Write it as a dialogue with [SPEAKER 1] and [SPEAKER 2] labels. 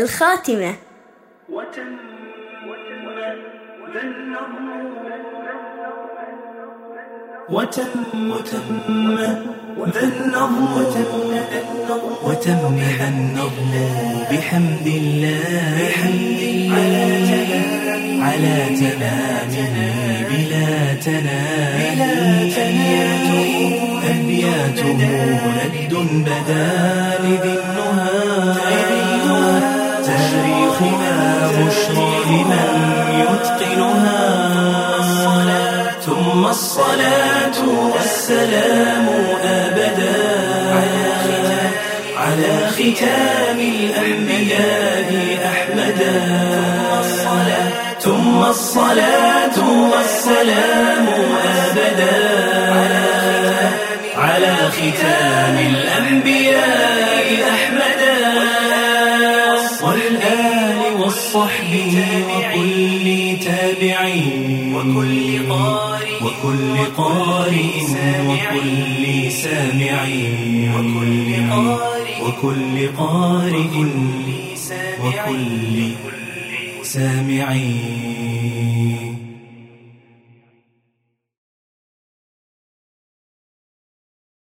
[SPEAKER 1] الخاتمة
[SPEAKER 2] وتم ذا النظم وتم تم ذا النظم وتم ذا النظم بحمد الله بحمد الله على تمامه بلا تنام أبياته أبياته ند بدا لذي النهى تاريخنا بشرى لمن يتقنها ثم الصلاة والسلام أبدا على ختام الأنبياء أحمدا ثم الصلاة والسلام أبدا على ختام الأنبياء أحمدا والآل والصحب وكل تابع وكل قارئ وكل قارئ وكل سامع وكل قارئ وكل قارئ وكل سامع